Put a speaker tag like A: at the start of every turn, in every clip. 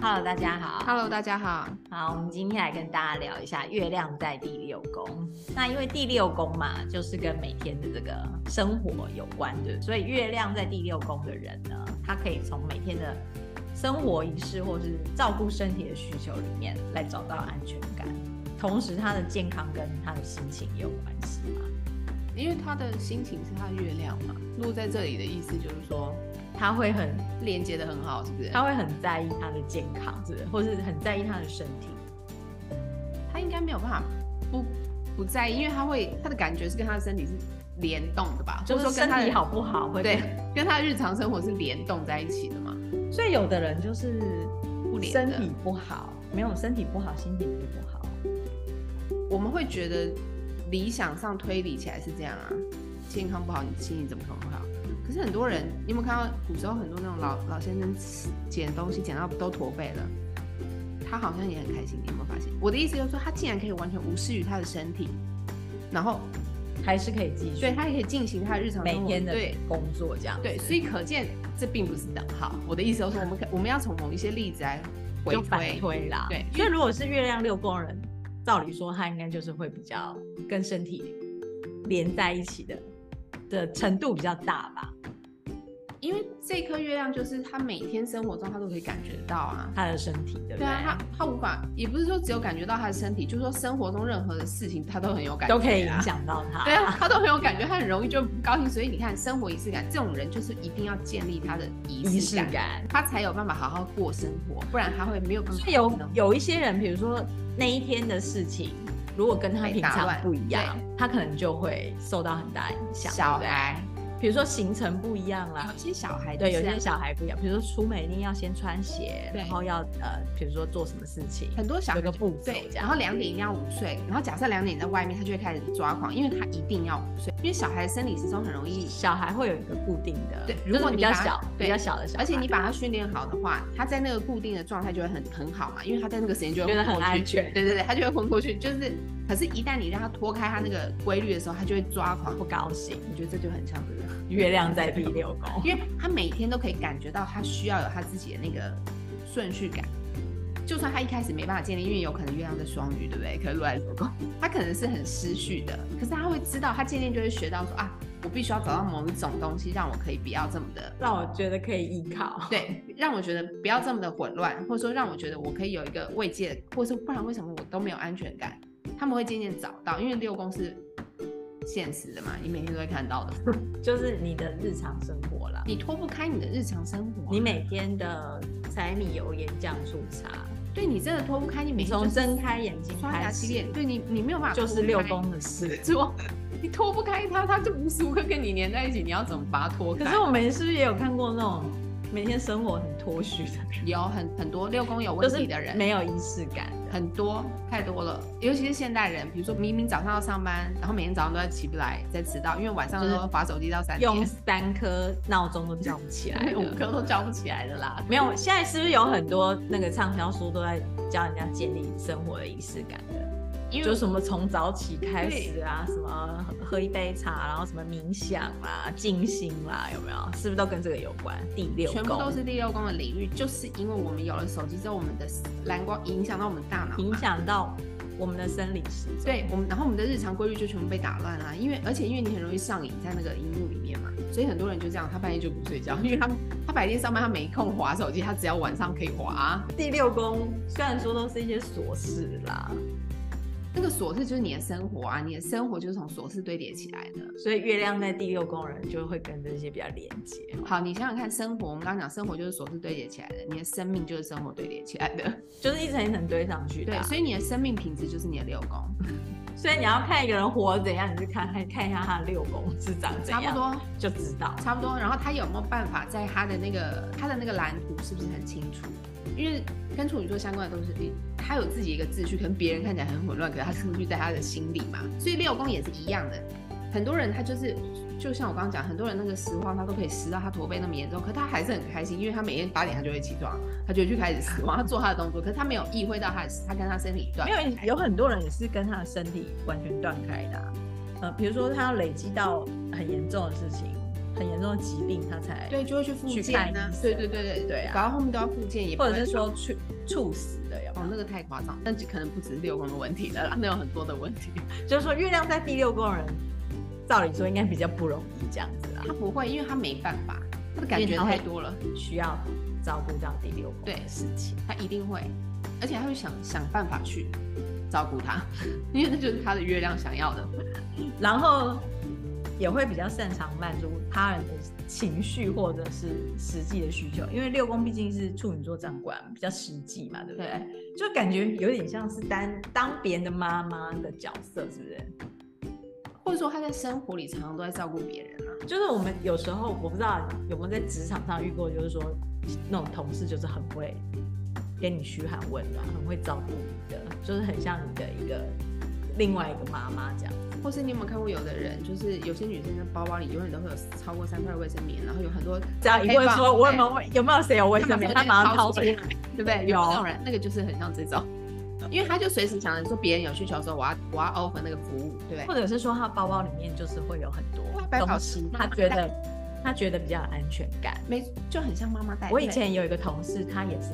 A: Hello，大家好。
B: Hello，大家好。
A: 好，我们今天来跟大家聊一下月亮在第六宫。那因为第六宫嘛，就是跟每天的这个生活有关的，所以月亮在第六宫的人呢，他可以从每天的生活仪式或是照顾身体的需求里面来找到安全感，同时他的健康跟他的心情也有关系嘛。
B: 因为他的心情是他的月亮嘛，落在这里的意思就是说
A: 他会很，
B: 连接的很好，是不是？
A: 他会很在意他的健康，是不是？或是很在意他的身体。
B: 他应该没有办法不不在意，因为他会他的感觉是跟他的身体是联动的吧，
A: 就是
B: 或者说
A: 身
B: 跟他
A: 体
B: 的
A: 好不好会
B: 对，跟他的日常生活是联动在一起的嘛。
A: 所以有的人就是
B: 不连
A: 身
B: 的
A: 体不好，没有身体不好，心情就不好。
B: 我们会觉得理想上推理起来是这样啊，健康不好，你心情怎么可能会好？可是很多人，你有没有看到古时候很多那种老老先生吃捡东西捡到都驼背了，他好像也很开心，你有没有发现？我的意思就是说，他竟然可以完全无视于他的身体，然后
A: 还是可以继续，
B: 对他也可以进行他的日常生
A: 每
B: 活
A: 天的
B: 对
A: 工作这样子。
B: 对，所以可见这并不是等号。我的意思就是说，我们可我们要从某一些例子来回
A: 就反
B: 推，
A: 推啦。
B: 对
A: 所以如果是月亮六宫人，照理说他应该就是会比较跟身体连在一起的的程度比较大吧，
B: 因为这颗月亮就是他每天生活中他都可以感觉到啊，
A: 他的身体，对不对？
B: 对啊，他他无法，也不是说只有感觉到他的身体，就是说生活中任何的事情他都很有感觉、啊
A: 都可以影。响到他。
B: 对啊，他都很有感觉，他很容易就不高兴，所以你看，生活仪式感这种人就是一定要建立他的
A: 仪
B: 仪
A: 式
B: 式感，
A: 感。
B: 他才有办法好好过生活，不然他会没有办法
A: 所以有
B: 能
A: 有一些人，比如说那一天的事情，如果跟他
B: 被
A: 平
B: 打
A: 常
B: 乱
A: 不一样
B: 对，
A: 他可能就会受到很大影响。
B: 小
A: 对不对，
B: 孩，
A: 比如说行程不一样啦
B: 有，些小孩
A: 对，有
B: 就是
A: 些小孩不一样，比如说出门一定要先穿鞋，
B: 对
A: 然后要呃，比如说做什么事情，
B: 很多小孩
A: 有个步骤
B: 对，
A: 这样
B: 然后两点一定要午睡，然后假设两点你在外面，他就会开始抓狂，因为他一定要午睡，因为小孩的生理时钟很容易
A: 小孩会有一个固定的，
B: 对
A: 就是
B: 如果
A: 比
B: 你
A: 较
B: 把他
A: 小、比
B: 对
A: 较小的小孩，
B: 而且你把它训练好的话，它在那个固定的状态就会很很好嘛，因为它在那个时间就会
A: 觉得
B: 昏
A: 很
B: 过
A: 安
B: 去。
A: 全，
B: 对对对，它就会昏过去。就是，可是，一旦你让它脱开它那个规律的时候，它就会抓狂
A: 不。高兴。
B: 我觉得这就很像这个，
A: 月亮在第六 宫，
B: 因为它每天都可以感觉到它需要有它自己的那个顺序感。就算它一开始没办法建立，因为有可能月亮在双鱼，对不对？可能落在流宫，它可能是很失序的。可是它会知道，它渐渐就会学到说啊，我必须要找到某一种东西，让我可以不要这么的
A: 让我觉得可以依靠。
B: 对，让我觉得不要这么的混乱，或者说让我觉得我可以有一个慰藉，或者说不然为什么我都没有安全感？他们会渐渐找到，因为六宫是现实的嘛，你每天都会看到的，
A: 就是你的日常生活啦，
B: 你脱不开你的日常生活啊，
A: 你每天的柴米油盐酱醋茶，
B: 对你真的脱不开，你每
A: 你
B: 天就
A: 从
B: 是
A: 睁 开眼睛
B: 刷牙
A: 开
B: 洗
A: 始，
B: 脸，对你你没有办法
A: 就是
B: 脱
A: 六
B: 开
A: 宫的事。
B: 说你脱不开它，它就无时无刻跟你黏在一起，你要怎么把它脱开？
A: 可是我们是不是也有看过那种每天生活很脱序的人，
B: 有很很多六宫有
A: 就
B: 问
A: 是
B: 题的人，
A: 没有仪式感的？
B: 很多太多了，尤其是现代人，比如说明明早上要上班，然后每天早上都在起不来，在迟到，因为晚上
A: 就是
B: 都划手机到三点，
A: 用三颗闹钟都叫不起来
B: 五
A: 的。
B: 颗都叫不起来的啦。
A: 没有，现在是不是有很多那个畅销书都在教人家建立生活的仪式感的？
B: 因
A: 就
B: 为
A: 什么从早起开始啊，什么喝喝一杯茶，然后什么冥想啦、静心啦，有没有？是不是都跟这个有关？第六
B: 全部
A: 宫
B: 都是第六宫的领域，就是因为我们有了手机之后，我们的蓝光影响到我们大脑嘛，
A: 影响到我们的生理时钟。
B: 对我们，然后我们的日常规律就全部被打乱啦、因为而且因为你很容易上瘾在那个荧幕里面嘛，所以很多人就这样，他半夜就不睡觉， 因为他他白天上班他没空划手机，他只要晚上可以划啊、
A: 第六宫虽然说都是一些琐事啦，
B: 那个琐事就是你的生活啊，你的生活就是从琐事堆叠起来的。
A: 所以月亮在第六宫的人就会跟这些比较连接。
B: 好，你想想看，生活我们刚刚讲，生活就是琐事堆叠起来的，你的生命就是生活堆叠起来的。
A: 就是一层一层堆上去的、
B: 对，
A: 啊。
B: 所以你的生命品质就是你的六宫，
A: 所以你要看一个人活得怎样，你就看看看一下他的六宫是长怎
B: 差
A: 样，
B: 不多，
A: 就知道。
B: 差不多。然后他有没有办法在他的那个他的那个蓝图是不是很清楚？因为跟处女座相关的东西，诶他有自己一个秩序，可能别人看起来很混乱，可是他秩序在他的心里嘛。所以六宫也是一样的，很多人他就是。就像我刚刚讲，很多人那个拾荒，他都可以拾到他驼背那么严重，可他还是很开心，因为他每天八点他就会起床，他就会去开始拾荒，他做他的动作，可是他没有意会到他的他跟他身体断
A: 没有有很多人也是跟他的身体完全断开的啊、呃，比如说他要累积到很严重的事情，很严重的疾病，他才
B: 对，就会去复
A: 去
B: 健
A: 看
B: 啊
A: 医，生
B: 对对对对对，
A: 啊
B: 搞到后面都要复健，也不
A: 或者
B: 会
A: 是说猝猝死的有没有
B: 哦，那个太夸张，但只可能不只是六宫的问题了啦，那有很多的问题。
A: 就是说月亮在第六宫的人，照理说应该比较不容易这样子啦，啊
B: 他不会，因为他没办法，他的感觉太多了，
A: 需要照顾到第六宫
B: 对
A: 的事情。
B: 他一定会，而且他会想想办法去照顾他， 因为那就是他的月亮想要的。
A: 然后也会比较擅长满足他人的情绪或者是实际的需求，因为六宫毕竟是处女座掌管，比较实际嘛，对不对？
B: 对，
A: 就感觉有点像是当当别人的妈妈的角色，是不是？
B: 或者说他在生活里常常都在照顾别人啊。
A: 就是我们有时候我不知道有没有在职场上遇过，就是说那种同事就是很会给你嘘寒问暖，很会照顾你的，就是很像你的一个另外一个妈妈这样。
B: 或是你有没有看过有的人，就是有些女生的包包里永远都会有超过三块卫生棉，然后有很多哎
A: 只要一问说我有没有有没有谁有卫
B: 他
A: 生
B: 马
A: 棉，
B: 上
A: 他
B: 就
A: 马上掏出
B: 出
A: 来
B: 来。，啊对不对？
A: 有
B: 有那种人，那个就是很像这种，因为他就随时想着说别人有需求的时候，我要我要 offer 那个服务，对不对
A: 或？者是说他包包里面就是会有很多
B: 百宝
A: 东西，
B: 石嘛
A: 他觉得他觉得比较有安全感。
B: 没就很像妈妈带。
A: 我以
B: 哎对
A: 前有一个同事，他也是，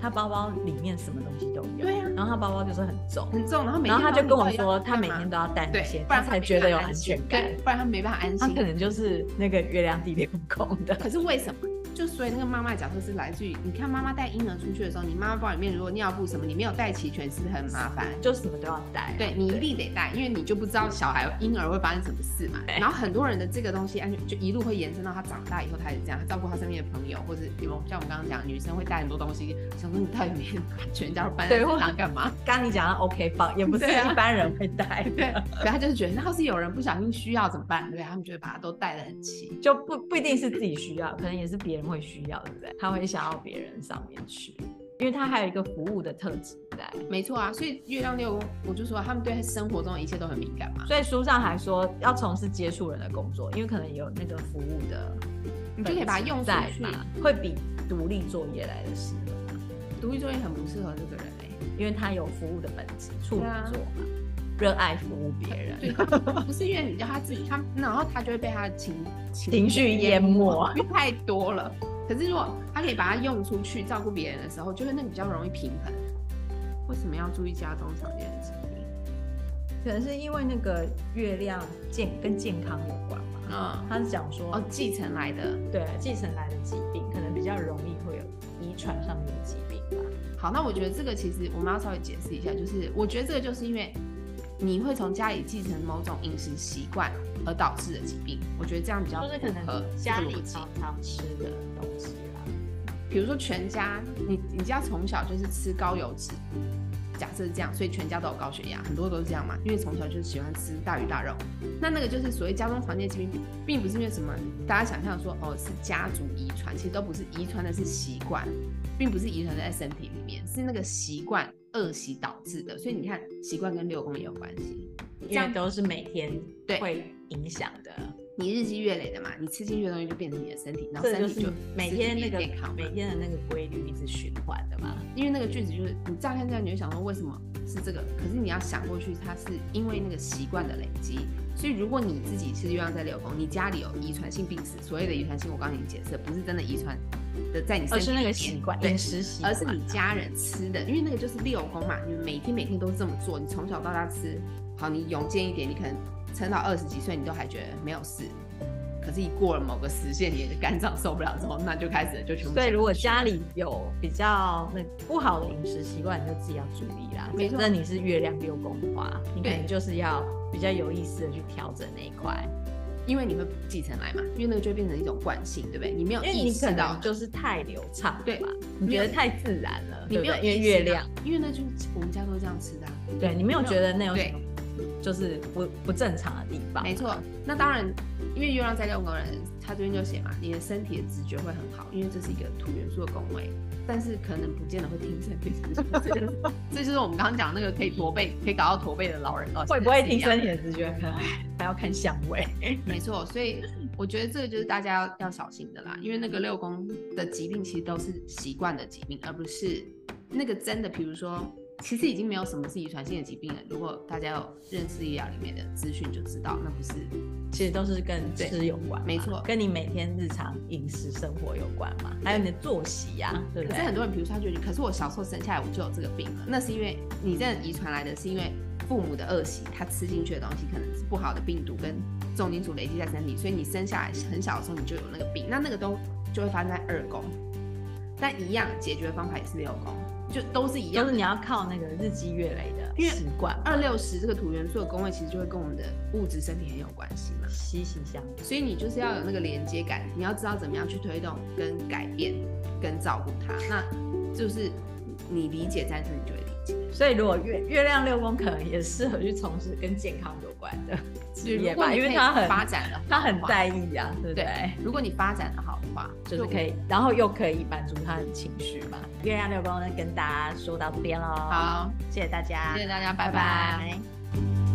A: 他包包里面什么东西都有，
B: 对啊
A: 然后他包包就是很重，
B: 很重，然后每天
A: 然后他就跟我说，
B: 晚上
A: 他每天都要带
B: 对
A: 那些，，
B: 不然
A: 才觉得有安全感。
B: 对，不然他没办法安
A: 他可
B: 心。
A: 能就是那个月亮地六宫的，
B: 可是为什么？就所以那个妈妈的角色是来自于，你看妈妈带婴儿出去的时候，你妈妈包里面如果尿布什么你没有带齐全，是不是很麻烦？
A: 就什么都要带啊、
B: 对你一定得带，因为你就不知道小孩婴儿会发生什么事嘛。然后很多人的这个东西安全就一路会延伸到他长大以后，他也这样，他照顾他身边的朋友，或者比如像我们刚刚讲，女生会带很多东西，想说你到底每天把全家都搬在
A: 对
B: 身
A: 或
B: 上干嘛？
A: 刚刚你讲到 OK 棒，也不是
B: 对啊
A: 一般人会带的，
B: 对，可他就是觉得，那要是有人不小心需要怎么办？对，他们就会把它都带得很齐。
A: 就不不一定是自己需要，可能也是别人会需要，对不对？他会想要别人上面去，因为他还有一个服务的特质在。
B: 没错啊，所以月亮六宫，我就说他们对生活中的一切都很敏感嘛。
A: 所以书上还说要从事接触人的工作，因为可能有那个服务的
B: 你
A: 本质在嘛，
B: 就可以把它用出去
A: 会比独立作业来的适合，
B: 独立作业很不适合这个人哎、
A: 因为他有服务的本质，处女
B: 对啊
A: 座嘛，热爱服务别人，
B: 对，不是因为你叫他自己，他然后他就会被他的情情
A: 情绪淹没
B: 因为太多了。可是如果他可以把它用出去照顾别人的时候，就是那个比较容易平衡。为什么要注意家中常见的疾病？
A: 可能是因为那个月亮健跟健康有关嘛，
B: 嗯，
A: 他是讲说、
B: 哦，继承来的。
A: 对啊继承来的疾病，可能比较容易会有遗传上面的疾病吧。
B: 好，那我觉得这个其实我们要稍微解释一下，就是我觉得这个就是因为你会从家里继承某种饮食习惯而导致的疾病，我觉得这样比较
A: 就是可
B: 符合
A: 能
B: 这
A: 家
B: 个
A: 里
B: 逻辑
A: 常常吃的东西啦，
B: 比如说全家，你你家从小就是吃高油脂，假设是这样，所以全家都有高血压，很多都是这样嘛，因为从小就是喜欢吃大鱼大肉。那那个就是所谓家中常见疾病，并不是因为什么大家想象说哦是家族遗传，其实都不是遗传的是习惯，并不是遗传在身体里面，是那个习惯恶习导致的。所以你看，习惯跟六宫也有关系。这
A: 因
B: 样
A: 为都是每天
B: 对
A: 会影响的。
B: 你日积月累的嘛，你吃进去的东西就变成你的身体，然后
A: 这
B: 身
A: 就
B: 体
A: 是
B: 就
A: 每
B: 吃
A: 天
B: 进
A: 那
B: 去
A: 个
B: 健康嘛
A: 每天的那个规律一直循环的嘛。
B: 因为那个句子
A: 嗯
B: 就是你乍看这样，你就想说为什么是这个？可是你要想过去，它是因为那个习惯的累积。所以如果你自己是月亮在流宫，你家里有遗传性病史，所谓的遗传性，我刚刚已经解释了，不是真的遗传的在你身
A: 而
B: 体
A: 是
B: 里面，
A: 那个习惯，
B: 对
A: 饮，食习惯，
B: 而是你家人吃的，因为那个就是六宫嘛，你们每天每天都这么做，你从小到大吃，好，你勇健一点，你可能撑到二十几岁，你都还觉得没有事。可是，一过了某个时限，你的肝脏受不了之后，那就开始就全部。
A: 所以如果家里有比较那不好的饮食习惯，你就自己要注意啦。
B: 没错
A: 那你是月亮六宫的话，啊你可
B: 对
A: 能就是要比较有意识的去调整那一块，
B: 因为你会继承来嘛，因为那个就会变成一种惯性，对不对？你没有
A: 因为你
B: 意
A: 可
B: 识到
A: 能，就是太流畅，
B: 对
A: 吧？你觉
B: 没
A: 得
B: 有
A: 太自然了，
B: 你
A: 对
B: 没
A: 不
B: 有
A: 对？因为
B: 意识
A: 月
B: 到
A: 亮，
B: 因为那就是我们家都是这样吃的啊、
A: 对你没有
B: 没有
A: 觉得那有什
B: 对
A: 么就是不不正常的地方，
B: 啊没错。那当然，因为月亮在六宫的人，他这边就写嘛，你的身体的直觉会很好，因为这是一个土元素的宫位，但是可能不见得会听身体的直觉。这就是这就是我们刚刚讲那个可以驼背，可以搞到驼背的老人哦，
A: 会不会提
B: 听
A: 升你的直觉？可能哎还要看相 位。
B: 没错，所以我觉得这个就是大家要要小心的啦，因为那个六宫的疾病其实都是习惯的疾病，而不是那个真的，比如说其实已经没有什么是遗传性的疾病了。如果大家有认识医疗里面的资讯，就知道那不是
A: 其实都是跟吃有关嘛，
B: 没错
A: 跟你每天日常饮食生活有关嘛，还有你的作息呀、对不
B: 嗯可
A: 对
B: 是？很多人，比如说他觉得，可是我小时候生下来我就有这个病了，那是因为你这遗传来的，是因为父母的恶习，他吃进去的东西可能是不好的病毒跟重金属累积在身体，所以你生下来很小的时候你就有那个病，那那个都就会发生在二宫，但一样解决方法也是六宫，就都是一样
A: 就
B: 的
A: 是你要靠那个日积月累
B: 因
A: 的
B: 为
A: 习惯嘛，
B: 二六十这个土元素的宫位，其实就会跟我们的物质身体很有关系嘛。
A: 息息相关。
B: 所以你就是要有那个连接感，你要知道怎么样去推动、跟改变、跟照顾它。那就是你理解战争，你就会理解。
A: 所以如果月月亮六宫可能也适合去从事跟健康有关的职业
B: 如果
A: 吧，
B: 你
A: 因为
B: 可以
A: 他很
B: 发展的，
A: 他很。在意呀、对不对？
B: 对，如果你发展的好的话，
A: 就是可以，然后又可以满足他的情绪嘛。月亮六宫呢，跟大家说到这边喽，
B: 好。
A: 谢谢大家，
B: 谢谢大家，拜拜
A: 拜